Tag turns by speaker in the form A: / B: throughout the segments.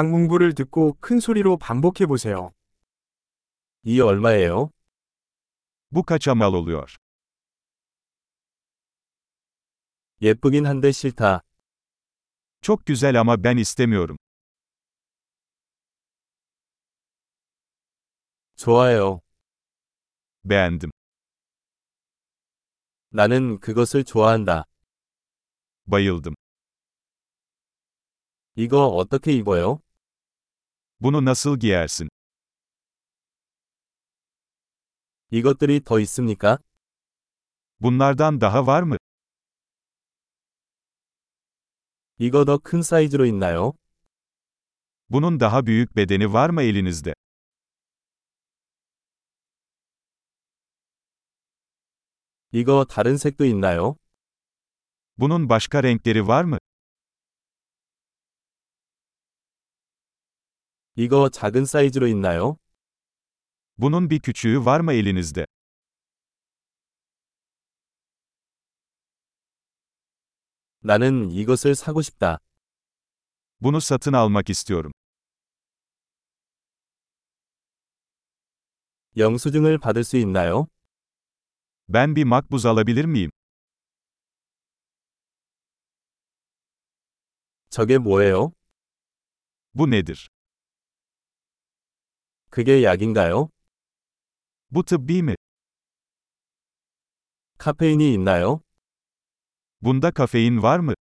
A: 강문부를 듣고 큰 소리로 반복해 보세요.
B: İyi olma예요?
C: Bu kaça mal oluyor?
B: 예쁘긴 한데 싫다.
C: Çok güzel ama ben istemiyorum.
B: 좋아요.
C: Beğendim.
B: 나는 그것을 좋아한다.
C: Bayıldım.
B: 이거 어떻게 입어요?
C: Bunu nasıl giyersin?
B: 이것들이 더 있습니까?
C: Bunlardan daha var mı?
B: 이거 더 큰 사이즈로 있나요?
C: Bunun daha büyük bedeni var mı elinizde?
B: 이거 다른 색도 있나요?
C: Bunun başka renkleri var mı?
B: 이거 작은 사이즈로 있나요?
C: Bunun bir küçüğü var mı elinizde?
B: 나는 이것을 사고 싶다.
C: Bunu satın almak istiyorum.
B: 영수증을 받을 수 있나요?
C: Ben bir makbuz alabilir miyim?
B: 저게 뭐예요?
C: Bu nedir?
B: 그게 약인가요?
C: Bu tıbbi mi?
B: 카페인이 있나요?
C: Bunda kafein var mı?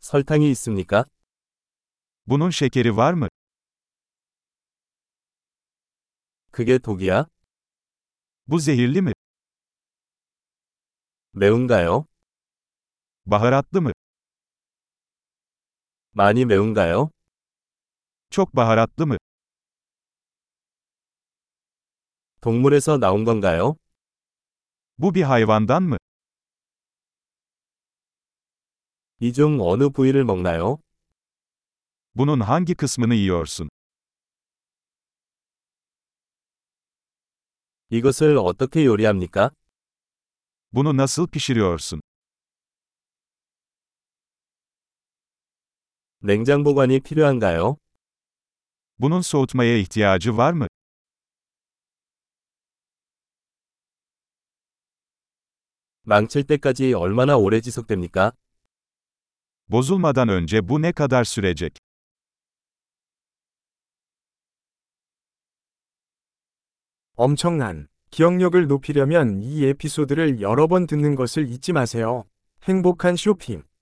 B: 설탕이 있습니까?
C: Bunun şekeri var mı?
B: 그게 독이야?
C: Bu zehirli mi?
B: 매운가요?
C: Baharatlı mı?
B: 많이 매운가요?
C: Çok baharatlı mı?
B: 동물에서 나온 건가요?
C: Bu bir hayvandan mı?
B: 이 중 어느 부위를 먹나요?
C: Bunun hangi kısmını yiyorsun?
B: 이것을 어떻게 요리합니까?
C: Bunu nasıl pişiriyorsun?
B: 냉장 보관이 필요한가요?
C: Bunun soğutmaya ihtiyacı var mı?
B: 망칠 때까지 얼마나 오래 지속됩니까?
C: Bozulmadan önce bu ne kadar sürecek?
A: 엄청난 기억력을 높이려면 이 에피소드를 여러 번 듣는 것을 잊지 마세요. 행복한 쇼핑!